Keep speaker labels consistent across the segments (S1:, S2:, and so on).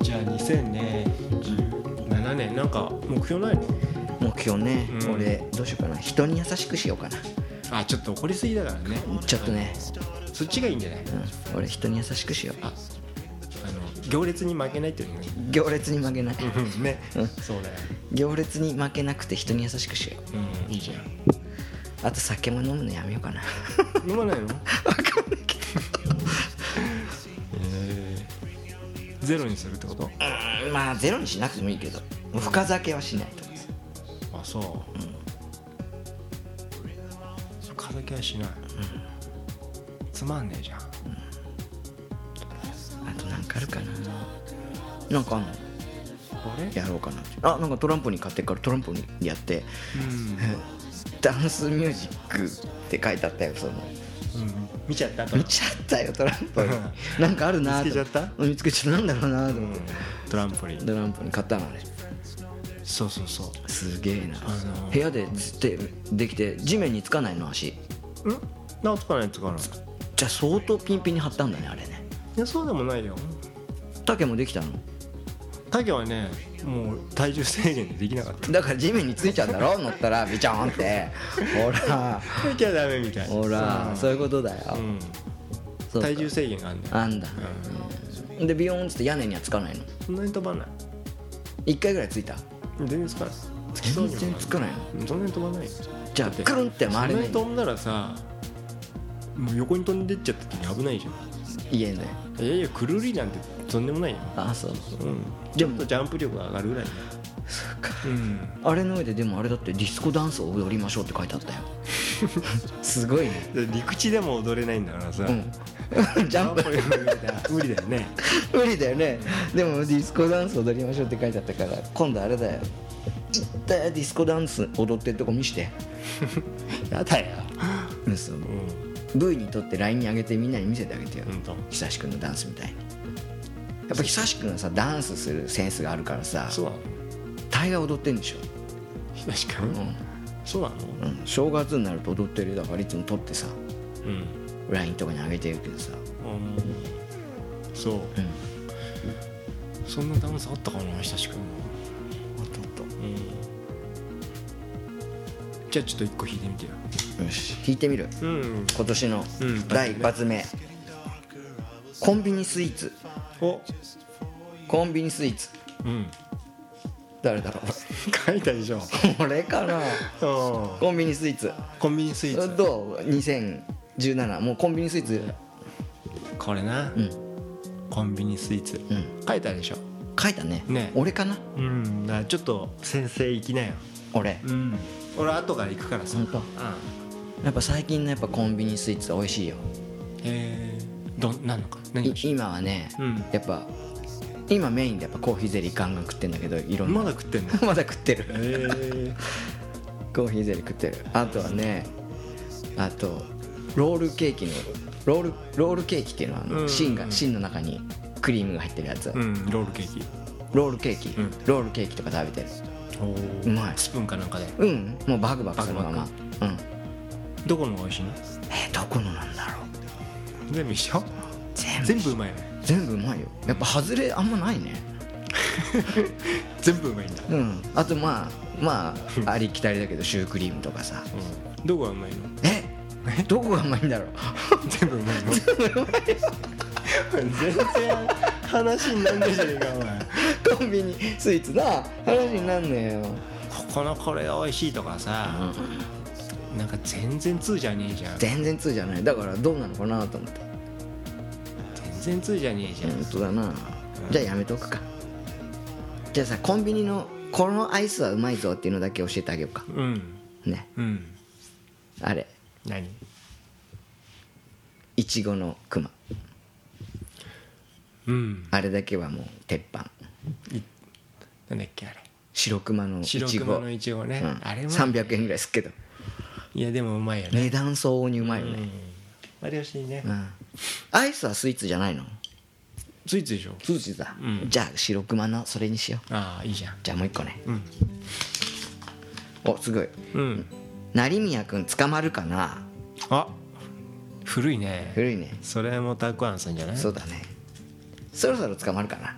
S1: じゃあ2017年なんか目標ないの
S2: 目標ね、
S1: うん
S2: 俺どうしようかな人に優しくしようかな
S1: あちょっと怒りすぎだからね
S2: ちょっとね、
S1: そっちがいいんじゃない
S2: うん、俺人に優しくしよ
S1: ああの行列に負けないっていうのがいいう
S2: 行列に負けない
S1: うんね
S2: うん
S1: そうだよ
S2: 行列に負けなくて人に優しくしよう
S1: うんいいじゃん
S2: あと酒も飲むのやめようかな
S1: 飲まないの
S2: わかんないけ
S1: えーゼロにするってこと
S2: どうんまあゼロにしなくてもいいけどもう深酒はしないと
S1: あそう、風邪気はしない、つまんねえじゃん
S2: あとなんかあるかななんかあんの
S1: 俺
S2: やろうかなあなんかトランポリン買ってっからトランポリンやってダンスミュージックって書いてあったよその
S1: うん、う ん、見ちゃったと
S2: 見ちゃったよトランポリンなんかあるなーと
S1: 見つけちゃっ
S2: うん見つけちゃったなんだろうなーと思って、
S1: トランポリン
S2: トランポリン買ったのあれ
S1: そうそうそ
S2: すげえな、
S1: あのー
S2: 部屋でずってできて地面につかないの足
S1: うんなんとかないとかない
S2: じゃあ相当ピンピンに張ったんだねあれね
S1: いやそうでもないよ
S2: 竹もできたの
S1: 影はねもう体重制限でできなかった
S2: だから地面についちゃうんだろ乗ったらビチョーンってほら
S1: 影はダメみたい
S2: ほらそういうことだよ、
S1: うん
S2: そうか
S1: 体重制限があんだよ
S2: あんだ、でビヨーンっつって屋根にはつかないの
S1: そんなに飛ばない
S2: 1回ぐらいついた
S1: 全然つかないつきそう
S2: 全
S1: にも
S2: 然つかないの
S1: そんなに飛ばないよ
S2: じゃあ
S1: だって
S2: くるんって回
S1: そん
S2: れな
S1: ないに飛んだらさもう横に飛んでっちゃった時に危ないじゃ
S2: 家ね
S1: んいやいやくるりなんてとんでもないよ、
S2: あそう
S1: うん、ち
S2: で
S1: ょ
S2: も
S1: っとジャンプ力が上がるぐらいね
S2: そうか
S1: うん
S2: あれの上ででもあれだってディスコダンスを踊りましょうって書いてあった よすごいね
S1: 陸地でも踊れないんだからさ、
S2: うん ジャンプ
S1: これ無理だよね
S2: 無理だよねでもディスコダンス踊りましょうって書いてあったから今度あれだよ行ったよディスコダンス踊ってるとこ 見して
S1: やだ よ
S2: 嘘
S1: う
S2: V にとって LINE に上げてみんなに見せてあげてよ、
S1: んうんと
S2: 久しくんのダンスみたいにやっぱ久しくんはさダンスするセンスがあるからさ
S1: そうなの
S2: 大概踊ってんでしょ、
S1: 東君、
S2: うん
S1: そうなの
S2: うん、正月になると踊ってるよだからいつも撮ってさ
S1: うん、
S2: LINE とかに上げてるけどさ
S1: うん、そう、そんなダンスあったかな親しくうんじゃあちょっと一個弾いてみてよ
S2: よし弾いてみる
S1: うん
S2: 今年の
S1: うん
S2: 第一発目、コンビニスイーツ
S1: お
S2: コンビニスイーツ
S1: うん
S2: 誰だろ
S1: 書いたでしょ
S2: うこれか
S1: う
S2: な
S1: ん
S2: コンビニスイーツ
S1: コンビニスイーツ
S2: どう2017もうコンビニスイーツ
S1: これな、
S2: うん
S1: コンビニスイーツ
S2: うん
S1: 書いたでしょ
S2: 書いたね
S1: ね
S2: 俺かな
S1: うんだからちょっと先生行きなよ
S2: 俺
S1: うん俺後から行くからさ
S2: 本当やっぱ最近のやっぱコンビニスイーツ美味しいよ
S1: えー、どんなんのか何
S2: い今はね、
S1: うん
S2: やっぱ今メインでやっぱコーヒーゼリーガンガン食ってんだけどいろんな
S1: まだ食ってんの
S2: まだ食ってる
S1: えー、
S2: コーヒーゼリー食ってるあとはねあとロールケーキのロールロールケーキっていうのはあの、
S1: うん
S2: 芯が芯の中にクリームが入ってるやつ、
S1: うんロールケーキ
S2: ロールケーキ、
S1: うん
S2: ロールケーキとか食べてる
S1: お
S2: う
S1: ー
S2: まい
S1: スプーンかなんかで
S2: うんもうバクバクそのまま
S1: バク
S2: うん
S1: どこのが美味しいの
S2: えーどこのなんだろう
S1: 全部一緒
S2: 全部
S1: 全部うまいよね
S2: 全部うまいよやっぱ外れあんまないね
S1: 全部うまいんだ、
S2: うんあとまあまあありきたりだけどシュークリームとかさ
S1: うん、どこがうまいの
S2: えどこがうまいんだろう
S1: 全部うまいの 全然話になんでじゃねえかお前
S2: コンビニスイーツな話になんねえよ
S1: ここのこれ美味しいとかさ、なんか全然通じゃねえじゃん
S2: 全然通じゃないだからどうなのかなと思って
S1: 全然通じゃねえじゃん、
S2: 本当だなじゃあやめとくかじゃあさコンビニのこのアイスはうまいぞっていうのだけ教えてあげようか
S1: うん
S2: ね
S1: うん
S2: あれ
S1: 何
S2: いちごのくま
S1: うん
S2: あれだけはもう鉄板
S1: なんだっけあれ
S2: 白クマのいち
S1: 白
S2: ご
S1: 熊のいちごね、
S2: うん、
S1: あれも
S2: 300円ぐらいすっけど
S1: いやでもうまいよね
S2: 値段相応にうまいよね、
S1: あれ美味しいね、
S2: うんアイスはスイーツじゃないの
S1: スイーツでしょ
S2: スイーツだ、
S1: うん
S2: じゃあ白クマのそれにしよう
S1: ああいいじゃん
S2: じゃあもう一個ね
S1: うん
S2: おすごい
S1: うん
S2: 成宮君捕まるかな
S1: あ古いね
S2: 古いね
S1: それもたくあんさんじゃない
S2: そうだねそろそろ捕まるかな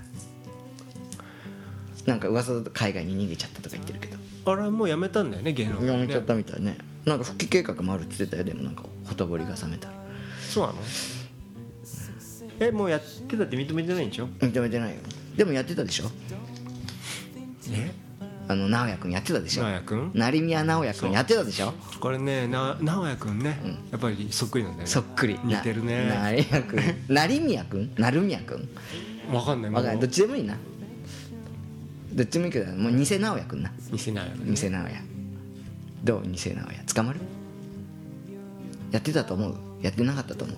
S2: なんか噂だと海外に逃げちゃったとか言ってるけど
S1: あれはもうやめたんだよね芸能界ね
S2: やめちゃったみたいねなんか復帰計画もあるって言ってたよでもなんかほとぼりが冷めたら
S1: そうなのえもうやってたって認めてないんでしょ
S2: 認めてないよでもやってたでしょ
S1: え
S2: あの直哉君やってたでしょ
S1: 直哉君
S2: 成宮直哉君やってたでしょ
S1: これねな直哉くんね、やっぱりそっくりなんだよね
S2: そっくり
S1: 似てる
S2: な
S1: ね
S2: 成宮君成宮君成宮君
S1: わかんない
S2: わかんない
S1: も
S2: ど
S1: う
S2: っちでもいいなどっちでもいいけどもう偽直哉君な
S1: 似せないよね
S2: 偽直哉どう偽直哉捕まるやってたと思うやってなかったと思う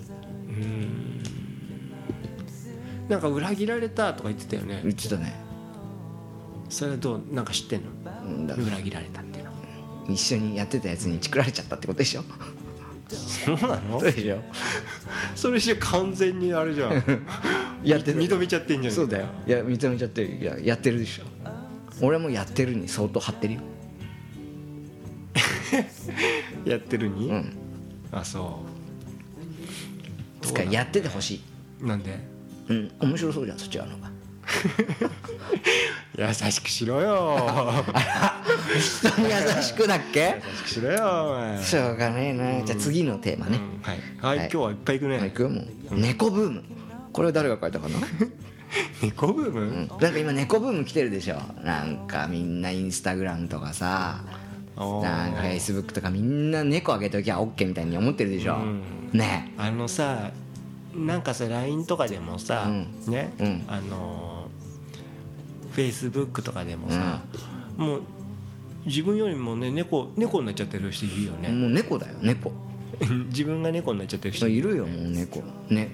S1: なんか裏切られたとか言ってたよね
S2: 言ってたね
S1: それはどうなんか知ってんの
S2: うんだ
S1: 裏切られたっていうの
S2: 一緒にやってたやつにチクられちゃったってことでしょ
S1: そうなの
S2: そうでしょ
S1: それして完全にあれじゃ ん
S2: やってる
S1: 認めちゃってんじゃん
S2: そうだよいや認めちゃってるいややってるでしょ俺もやってるに相当張ってるよ
S1: やってるに、
S2: うん
S1: あそ
S2: つかやっててほしいう
S1: なんで
S2: うん面白そうじゃんそっちらの方が
S1: 優しくしろ よ
S2: 人に優しくだっけ
S1: 優しくしろよお前
S2: しょうがねえなじゃあ次のテーマね、
S1: うんはい、はい
S2: はい
S1: 今日はいっぱい行くね、
S2: いくよもう猫ブームこれは誰が書いたかな、
S1: 猫ブーム、
S2: うん、なんか今猫ブーム来てるでしょなんかみんなインスタグラムとかさ
S1: おー
S2: なんかフェイスブックとかみんな猫あげときゃ OK みたいに思ってるでしょ、
S1: ん
S2: ね
S1: あのさなんかさ LINE とかでもさ、
S2: う
S1: ね、
S2: うん
S1: あのフェイスブックとかでもさ、もう自分よりもね猫猫になっちゃってる人いるよ
S2: え
S1: ね、
S2: もう猫だよ猫
S1: 自分が猫になっちゃってる人
S2: いるよもう猫ね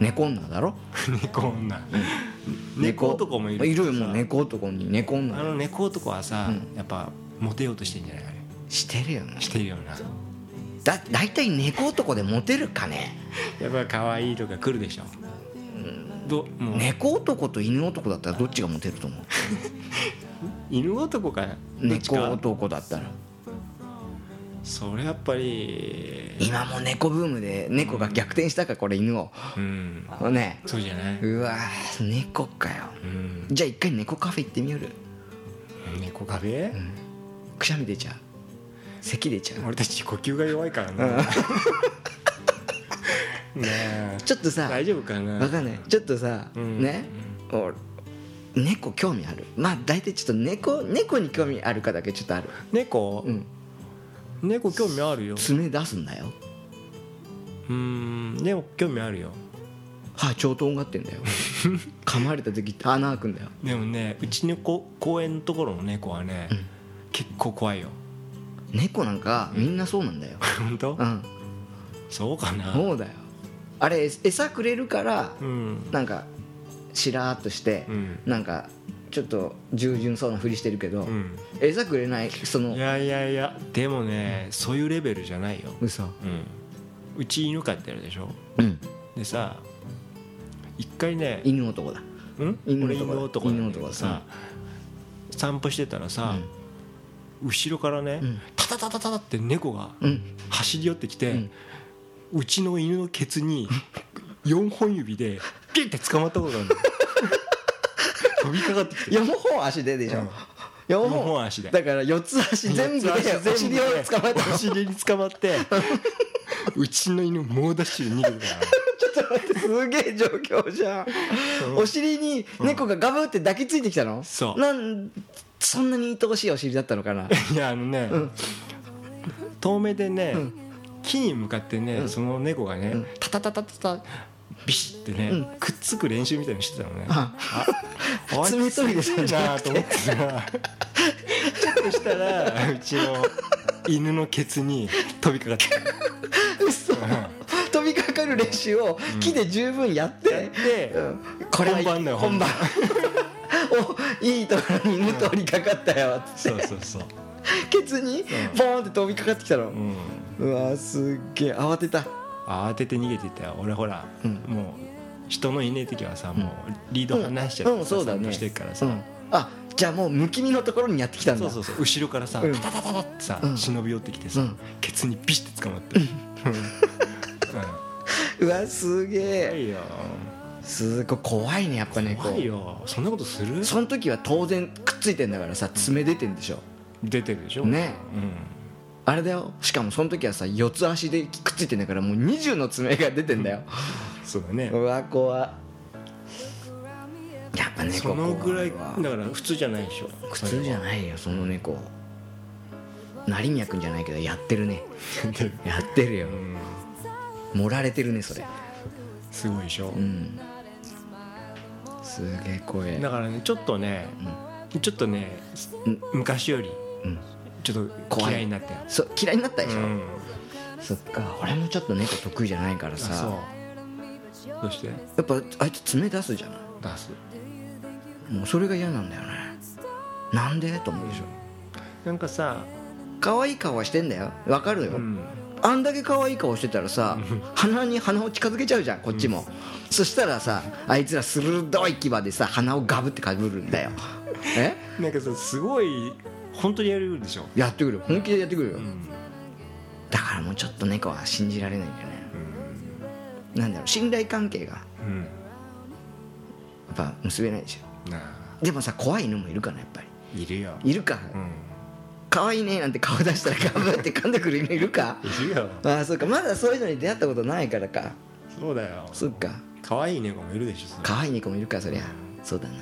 S2: 猫女だろ
S1: 猫女猫男もいる
S2: いるよもう猫男に猫
S1: あ
S2: 女
S1: の猫男はさ、やっぱモテようとしてんじゃないかね
S2: してるよな
S1: してるよな
S2: だ大体猫男でモテるかね
S1: やっぱ可愛いとか来るでしょ、どもう
S2: 猫男と犬男だったらどっちがモテると思う
S1: 犬男かなどっち
S2: 猫
S1: か
S2: 男だったら
S1: それやっぱり
S2: 今も猫ブームで猫が逆転したかこれ犬を
S1: うん
S2: ね
S1: そうじゃないう
S2: うわー猫かよ
S1: ん
S2: じゃあ一回猫カフェ行ってみよる
S1: 猫壁、
S2: くしゃみ出ちゃう咳出ちゃう
S1: 俺たち呼吸が弱いからなね え
S2: ちょっとさ
S1: 大丈夫かな
S2: わかんないちょっとさ、
S1: ん
S2: ねお猫興味あるまあ大体ちょっと猫猫に興味あるかだけちょっとある
S1: 猫、
S2: うん
S1: 猫興味あるよ
S2: 爪出すんだよ
S1: うん猫興味あるよ
S2: 歯ちょうとんがって んだよ噛まれた時って穴開くんだよ
S1: でもねうちのこ公園のところの猫はね、結構怖いよ
S2: 猫なんかみんなそうなんだよ、
S1: 本当、
S2: うん、
S1: そうかな
S2: そうだよあれ餌くれるから、
S1: うん
S2: なんかしらーっとして、
S1: うん
S2: なんかちょっと従順そうなふりしてるけど、
S1: うん
S2: 餌くれないその
S1: いやいやいやでもね、そういうレベルじゃないよ、
S2: 嘘
S1: うん、うち犬飼ってるでしょ
S2: うん
S1: でさ一回ね
S2: 犬男だ
S1: うん
S2: 犬
S1: 俺
S2: 男
S1: 犬男なんだけ
S2: 犬男
S1: ど
S2: だ
S1: さ散歩してたらさ、後ろからね、タタタタタタって猫が
S2: うん
S1: 走り寄ってきて、うちの犬のケツに4本指でピッて捕まったことがあ るの飛びかかってきて
S2: 4本足ででしょ、
S1: うん
S2: 四
S1: 四本足で
S2: だから4つ足全部でお尻を捕 まえた
S1: お尻に捕ま ってうちの犬猛ダッシュで逃げてたから
S2: ちょっと待ってすげえ状況じゃんお尻に猫がガブって抱きついてきたの
S1: そう
S2: なんそんなに愛おしいお尻だったのかな い
S1: やあのね、遠目でね、木に向かってね、その猫がね、タタタタタタビシッてね、くっつく練習みたいにしてたのね
S2: あ
S1: あ
S2: 爪研いでたんじゃ
S1: なと思って さそしたらうちの犬のケツに飛びかかって
S2: 嘘飛びかかる練習を木で十分やって、
S1: やって
S2: うんこれは
S1: 本番だよ
S2: 本番おいいところに犬通りかかったよつ
S1: そ
S2: っ
S1: う
S2: て
S1: そうそう、
S2: ケツにボーンって飛びかかってきたの
S1: う、ん、
S2: うわすっげえ慌てた
S1: 慌てて逃げてったよ俺ほら、
S2: うん
S1: もう人のいねえ時はさ、もうリード離しちゃ
S2: う
S1: っ
S2: んう
S1: て
S2: んそう
S1: さ
S2: だね
S1: 散歩してるからさ、
S2: うんあじゃあもうむき身のところにやってきたんだ
S1: そうそうそう後ろからさ、
S2: うん
S1: タタタタタってさ、
S2: うん
S1: 忍び寄ってきてさ、
S2: うん
S1: ケツにビシッて捕まって、うん
S2: うわすげ
S1: 怖
S2: え
S1: いよ
S2: すごい怖いねやっぱねこ
S1: 怖いうよそんなことする
S2: その時は当然くっついてんだからさ爪出てんでしょ
S1: 出てるでしょ
S2: ね
S1: う
S2: あれだよしかもその時はさ四つ足でくっついてんだからもう20の爪が出てんだよ
S1: んそうだね
S2: うわ怖やっぱ猫
S1: そのぐらいだ
S2: 怖
S1: か
S2: いわ
S1: ら普通じゃないでしょ
S2: 苦痛じゃないよその猫成宮君じゃないけどやってるね
S1: で
S2: やってるよ
S1: うん
S2: 盛られてるねそれ
S1: すごいでしょ
S2: うんすげえ怖え
S1: だからねちょっとねちょっとね
S2: うん
S1: 昔より
S2: うん
S1: ちょっと
S2: 怖い
S1: 嫌いになったよ
S2: そう嫌いになったでしょ、
S1: うん
S2: そっか俺もちょっと猫得意じゃないから
S1: あそう
S2: さ
S1: どうして
S2: やっぱあいつ爪出すじゃな
S1: 出す
S2: いもうそれが嫌なんだよねなんでと思う
S1: で
S2: でし
S1: し
S2: ょ
S1: ょなんかさ
S2: 可愛い顔はしてんだよわかるよ、
S1: うん
S2: あんだけ可愛い顔してたらさ鼻に鼻を近づけちゃうじゃんこっちも、そしたらさあいつら鋭い牙でさ鼻をガブってかぶるんだよえ
S1: なんかさすごい本当にやるでしょ
S2: やってくるよ本気でやってくるよ、
S1: ん
S2: だからもうちょっと猫は信じられないんだよね、なんだろう信頼関係がや
S1: うん
S2: っぱ結べないでし
S1: なあ
S2: ょでもさ怖い犬もいるかなやっぱり
S1: いるよ
S2: いるか
S1: うん
S2: 可愛いねなんて顔出したら ガブって噛んでくる犬いるか
S1: いるよ
S2: ああそうかまだそういうのに出会ったことないからか
S1: そうだよ
S2: そっか
S1: 可愛い猫もいるでしょそれ
S2: 可愛い猫もいるかそりゃそうだな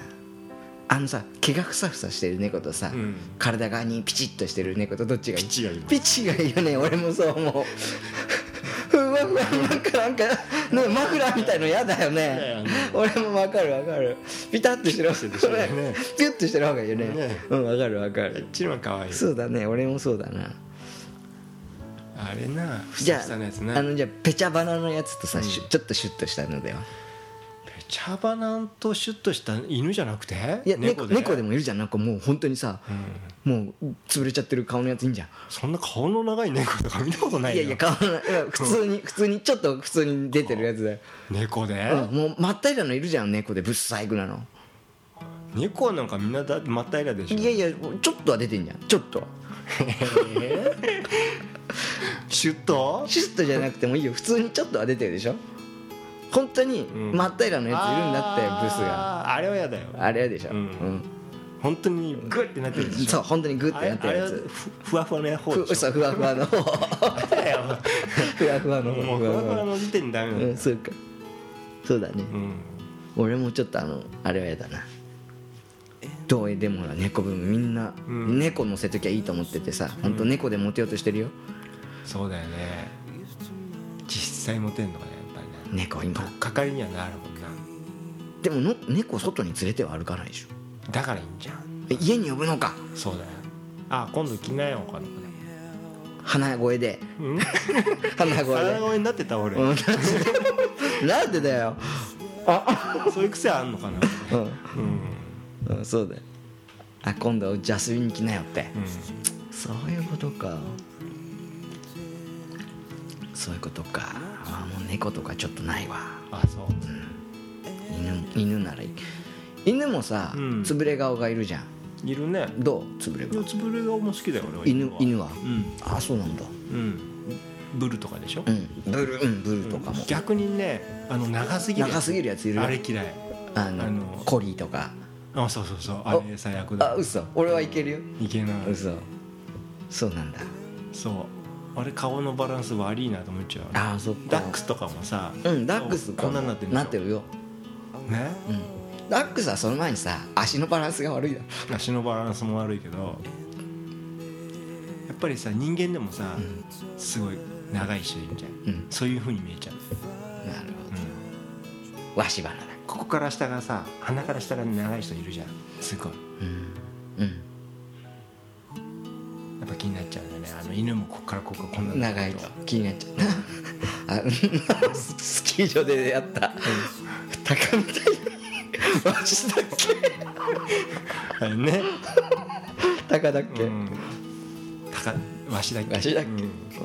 S2: あのさ毛がふさふさしてる猫とさ、
S1: うん
S2: 体側にピチッとしてる猫とどっちがいい
S1: ピチがいい
S2: ピチがいいよね俺もそう思うふわふわなんかなんか、ね、マフラーみたいの嫌だよ
S1: だよ
S2: ね
S1: ね
S2: 俺もわかるわかるピタッとしてる
S1: ピタッとしてるよね
S2: ピュッとしてる方がいいよね
S1: ね
S2: うんわかるわか
S1: あっ
S2: る
S1: ちのは可愛い
S2: そうだね俺もそうだな
S1: あれなふ
S2: じ
S1: さ
S2: ゃ
S1: ふさのやつ
S2: ああ
S1: な
S2: のじゃあペチャバナのやつとさ、シュちょっとシュッとしたのでは
S1: ペチャバナとシュッとした犬じゃなくて
S2: いや猫で猫で
S1: も
S2: もいるじゃんなんかもう本当にさ、もう潰れちゃってる顔のやついいんじゃん
S1: そんな顔の長い猫とか見たことない
S2: い
S1: よ
S2: やいや顔のいや 普通に普通にちょっと普通に出てるやつだよ、
S1: 猫で
S2: うん、もうまったりなのいるじゃん猫でぶっ最後なの
S1: 猫なんかみんなだまったいらでしょ
S2: いやいやちょっとは出てんじゃんちょっとは
S1: えー シュッと
S2: シュッとじゃなくてもいいよ普通にちょっとは出てるでしょ本当に
S1: ん
S2: まったりなのやついるんだって、ブスが
S1: あーあれは嫌だよ
S2: あれやでしょ、う
S1: うんん本当にグッてなってるでしょ
S2: そう本当にグッ
S1: あ
S2: と
S1: れ
S2: やって
S1: あ
S2: る
S1: れ
S2: や
S1: は
S2: つ
S1: ふふわふわの方
S2: ふ
S1: でし
S2: そ
S1: ょ
S2: うふわふ わの
S1: だよ
S2: ふわふわの
S1: もうふわふわの時点でダメだ
S2: う
S1: よ
S2: ん、そうかそうだね、
S1: うん
S2: 俺もちょっとあのあれはやだなどうでもほら猫ブームみんな、
S1: うん
S2: 猫乗せときゃいいと思っててさ本当猫でモテようとしてるよ
S1: そうだよね実際モテんのかねやっぱりね
S2: 猫
S1: と
S2: 今
S1: っかかりにはなるもんな
S2: でもの猫外に連れては歩かないでしょ
S1: だからいいんじゃん
S2: え家に呼ぶのか
S1: そうだよあ今度着なよ他の子で
S2: 鼻声で
S1: うん
S2: 鼻声
S1: 腹声になってた俺
S2: でなんでだよ
S1: そういう癖あんのかな
S2: う
S1: うん
S2: ん、うん、そうだよあ今度ジャスミン来なよって
S1: うん
S2: そういうことかそういうことかあもう猫とかちょっとないわ
S1: あそう
S2: 犬犬ならいい犬もさ、
S1: うん
S2: つぶれ顔がいるじゃん
S1: いるね
S2: どうつぶれ
S1: いや
S2: 顔
S1: つぶれ顔も好きだよ俺は
S2: 犬犬は、
S1: うん
S2: あそうなんだ
S1: うんブルとかでしょ
S2: うんブルうんブルとかも、
S1: 逆にねあの長すぎるやつ
S2: 長すぎるやついるよ
S1: あれ嫌い
S2: あの
S1: あの
S2: コリーとか
S1: あそうそうそうあれ最悪
S2: あ
S1: だ
S2: 嘘俺はいけるよ
S1: いけない
S2: 嘘そうなんだ
S1: そうあれ顔のバランス悪いなと思っちゃう
S2: あそっか
S1: ダックスとかもさ
S2: うんダックス
S1: こんなになってるでしょ
S2: なってるよ、
S1: ね
S2: うん、ダックスはその前にさ足のバランスが悪いだろ
S1: 足のバランスも悪いけどやっぱりさ人間でもさすごい長い人いるじゃ
S2: うん
S1: んそういうふうに見えちゃう
S2: なるほ
S1: うん
S2: どわし鼻だ
S1: ここから下がさ鼻から下が長い人いるじゃんすごい
S2: うんうん
S1: やっぱ気になっちゃうんだよねあの犬もここからこここんな
S2: 長いと気になっちゃったあうんスキー場で出会った高みたいなマジだっけ
S1: あれ ね
S2: 高だっけ、
S1: うん高わしだっけ
S2: わしだっけ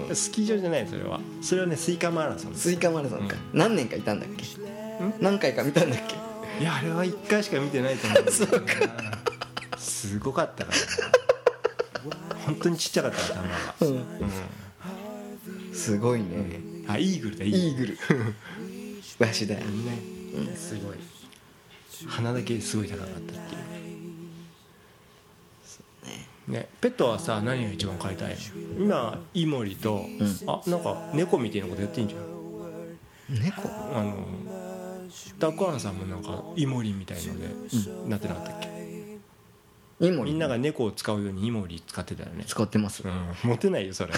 S1: うんスキー場じゃないそれはそれはねスイカマラソン
S2: スイカマラソンか、何年かいたんだっけ
S1: ん
S2: 何回か見たんだっけ
S1: いやあれは一回しか見てないと思うんだよな すごかったからな本当にちっちゃかった頭が、
S2: すごいね
S1: うんあイーグルだイーグル
S2: イーグルわしだよ
S1: ねすごい鼻だけすごい高かったっていうね、ペットはさ何を一番飼いたい今イモリと、あなんか猫みたいなことやってんじゃん
S2: 猫
S1: あのダックアンさんもなんかイモリみたいので、なってなかったっけ
S2: イモ
S1: み
S2: リ
S1: んなが猫を使うようにイモリ使ってたよね、
S2: 使ってます
S1: うん、モテないよ それ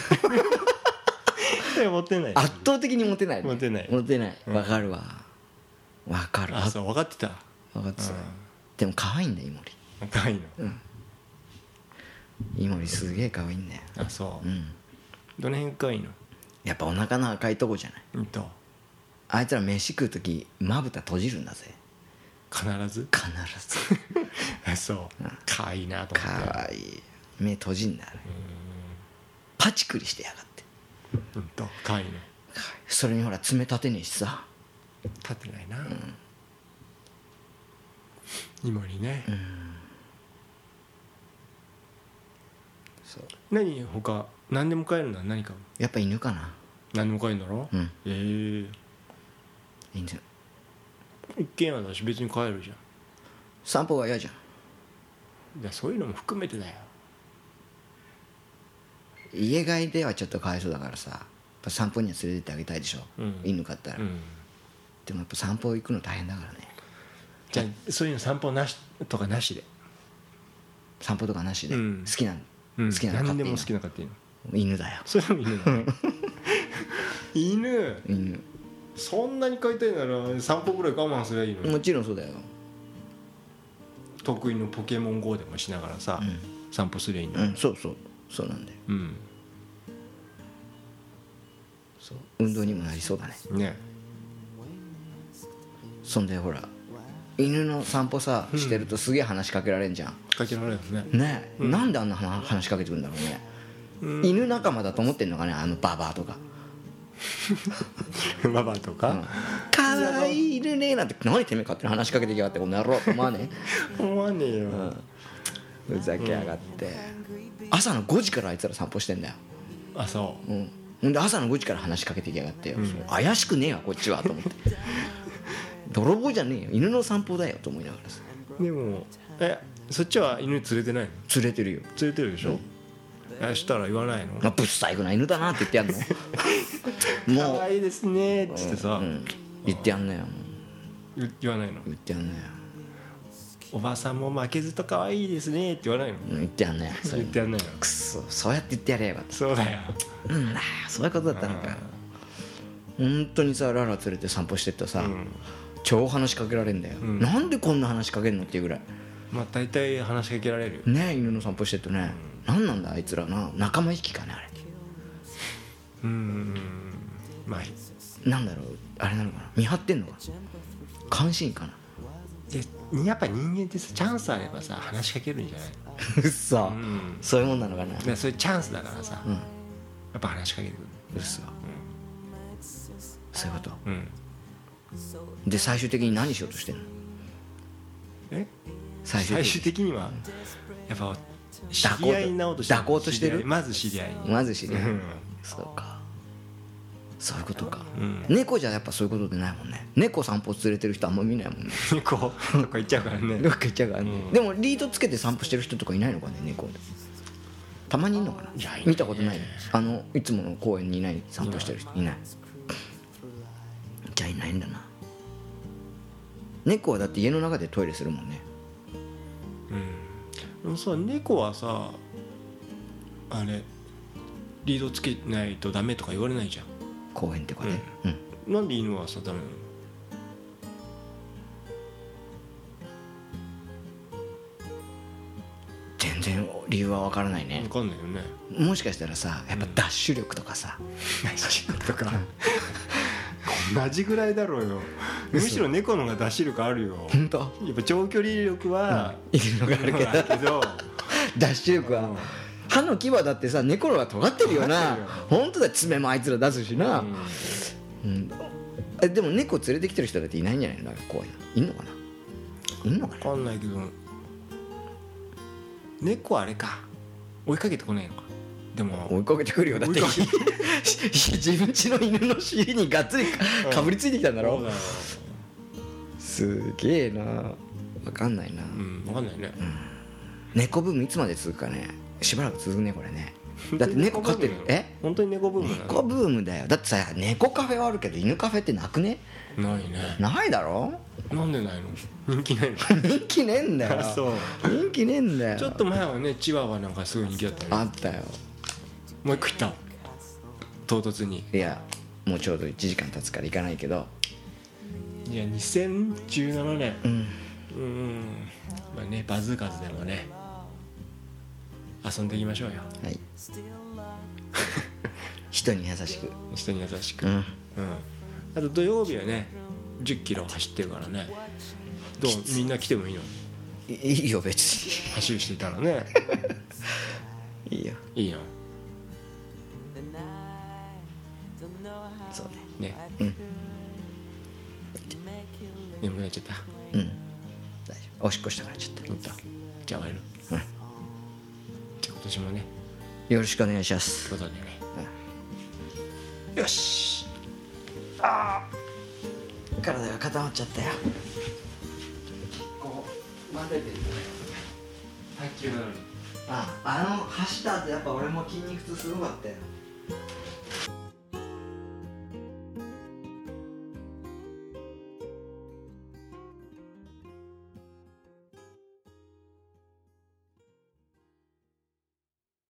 S1: それモテないよ
S2: 圧倒的にモテないね
S1: モテない
S2: モテない
S1: うん
S2: わかるわわかるわ
S1: あそう分かってた
S2: 分かってた
S1: うん
S2: でも可愛いんだよイモ
S1: 可愛いの、
S2: リイモリすげえ可愛いんだよ
S1: あそう、
S2: うん
S1: どの辺可愛いの
S2: やっぱお腹の赤いとこじゃない
S1: うんと
S2: あいつら飯食う時まぶた閉じるんだぜ
S1: 必ず
S2: 必ず
S1: あ そう可愛いなと思って
S2: 可愛い目閉じんだあれパチクリしてやがって
S1: うんと可愛いの
S2: それにほら爪立てねえしさ
S1: 立ってないな、イモリね、
S2: そう
S1: 何他何でも飼えるのは何か
S2: やっぱ犬かな
S1: 何でも飼えるんだろ、
S2: うん
S1: ええ
S2: 犬
S1: 一軒家だし別に飼えるじゃん
S2: 散歩が嫌じゃん
S1: いやそういうのも含めてだよ
S2: 家外ではちょっとかわいそうだからさやっぱ散歩には連れてってあげたいでしょ、
S1: うん
S2: 犬飼ったら、
S1: うん
S2: でもやっぱ散歩行くの大変だからね
S1: じゃあそういうの散歩なしとかなしで、
S2: 散歩とかなしで、
S1: うん
S2: 好きなの、
S1: うん、
S2: 好きなの飼っ
S1: 何
S2: て
S1: で
S2: いい
S1: も
S2: の
S1: 好きな飼っていいの
S2: 犬だよ
S1: それも犬だね 犬
S2: 犬
S1: そんなに飼いたいなら散歩ぐらい我慢すりゃいいのに、
S2: もちろんそうだよ
S1: 得意のポケモン GO でもしながらさ、散歩すりゃいいの
S2: う
S1: に
S2: んそうそうそうなんだよ
S1: うん、
S2: そう運動にもなりそうだね
S1: ね
S2: そんでほら犬の散歩さしてるとすげえ話しかけられんじゃん、
S1: かけられるよ ね
S2: ねえ、なんであんな話話しかけてくるんだろうね、犬仲間だと思ってんのかねあのババアとか
S1: ババアとか、
S2: 「かわいいねね」なんて「何てめえ勝手に話しかけてきやがってこの野郎」まあ ね
S1: 思わねえよ、
S2: ふざけやがって朝の5時からあいつら散歩してんだよ、
S1: あそ
S2: うん、ほんで朝の5時から話しかけてきやがってよ、そう怪しくねえわこっちはと 思って泥棒じゃねえよ犬の散歩だよと思いながらさ
S1: うでもえそっちは犬連れてないの
S2: 連れてるよ
S1: 連れてるでしょ、えしたら言わないの
S2: あぶっさいくな犬だなって言ってやん のも
S1: 可
S2: う、
S1: 愛いですねっつってさ、
S2: うん、言ってやんのよ
S1: 言言わないの
S2: 言ってやんのよ
S1: おばさんも負けずと可愛いですねって言わないの
S2: うん言ってやんのよそれ
S1: 言ってやんないの
S2: くっそそうやって言ってやればよかっ
S1: そうだよ
S2: たうんだそういうことだったのか本当にさララ連れて散歩してったさ、超話しかけられんだよ、なんでこんな話しかけんのっていうぐらい
S1: まあ大体話しかけられるよ
S2: ね犬の散歩してるとね、なん、なんだあいつらな仲間意識かねあれ
S1: うんまあ
S2: なんだろうあれなのかな見張ってんのかな監視員 かな
S1: でやっぱ人間ってさチャンスあればさ話しかけるんじゃないう
S2: っそ、
S1: ん
S2: そういうもんなのかな
S1: だからそれチャンスだからさ、
S2: ん
S1: やっぱ話しかけてくる
S2: うっそ、そういうこと
S1: うん
S2: で最終的に何しようとしてんの
S1: え
S2: 最終
S1: 最
S2: 的
S1: 終
S2: に
S1: 的にはやっぱ知り合いになおうとして
S2: 蛇行としてる
S1: 知り合いまず知り合いに
S2: まず知り合い、
S1: うん
S2: そうかそういうことか、
S1: ん
S2: 猫じゃやっぱそういうことでないもんね猫散歩連れてる人あんま見ないもんね
S1: 猫とか行っちゃうから
S2: ど
S1: ね
S2: っか行っちゃうからね、でもリードつけて散歩してる人とかいないのかね猫たまにいんのかない
S1: やいないね
S2: 見たことないあのいつもの公園にいない散歩してる人いないじゃあいないんだな猫はだって家の中でトイレするもんね
S1: でもさ猫はさあれリードつけないとダメとか言われないじゃん
S2: 公園とかで、うん
S1: なんで犬はさダメなの
S2: 全然理由は分からないね
S1: 分かんないよね
S2: もしかしたらさやっぱダッシュ力とかさ、
S1: とか同じぐらいだろうよむしろ猫の方が出し力あるよ
S2: 本当
S1: やっぱ長距離力は
S2: 犬のがあるけど
S1: だけど
S2: ダッシュ力は、
S1: うん
S2: 歯の牙だってさ猫のは尖ってるよ
S1: 尖って
S2: な
S1: るよ
S2: 本当だ爪もあいつら出すしな、
S1: うん
S2: えでも猫連れてきてる人だっていないんじゃないのなんかこういうのいんのかないんのか
S1: 分かんないけど猫はあれか追いかけてこないのかでも
S2: な追いかけてくるよだって
S1: 追いか
S2: 自分家の犬の尻にがっつりかぶりついてきたんだ
S1: そう
S2: ろ
S1: だよ
S2: すげえな分かんないな
S1: うん分かんないね
S2: 猫ブームいつまで続くかねしばらく続くねこれねだって猫飼ってるえ
S1: 本当に猫ブームな
S2: 猫ブームだよだってさ猫カフェはあるけど犬カフェってなくね
S1: のないね
S2: ないだろ
S1: なんでないの人気ないの
S2: 人気ねえんだよ
S1: あ そう
S2: 人気ねえんだよ
S1: ちょっと前はねチワワなんかすごい人気だった
S2: あ
S1: ね
S2: ったよ
S1: もう一個行った唐突に
S2: いやもうちょうど1時間経つから行かないけど
S1: いや2017年
S2: うん
S1: うんうんまあねバズーカーズでもね遊んでいきましょうよ
S2: はい人に優しく
S1: 人に優しく
S2: う
S1: うん
S2: ん
S1: あと土曜日はね1 0キロ走ってるからねどうみんな来てもいいの
S2: いいいよ別
S1: 走るしていたら ね
S2: にいいよ
S1: いいの
S2: そうね
S1: ね
S2: うん
S1: 眠くなっちゃった
S2: うん大丈夫おしっこしたからちょっと
S1: 乗ったじゃあ終わる
S2: うん
S1: じゃあ今年もね
S2: よろしくお願いします
S1: ということでね、よし
S2: 体が固まっちゃったよこうまだいてる
S1: 卓球なのに
S2: ああの走った後やっぱ俺も筋肉痛すごかったよ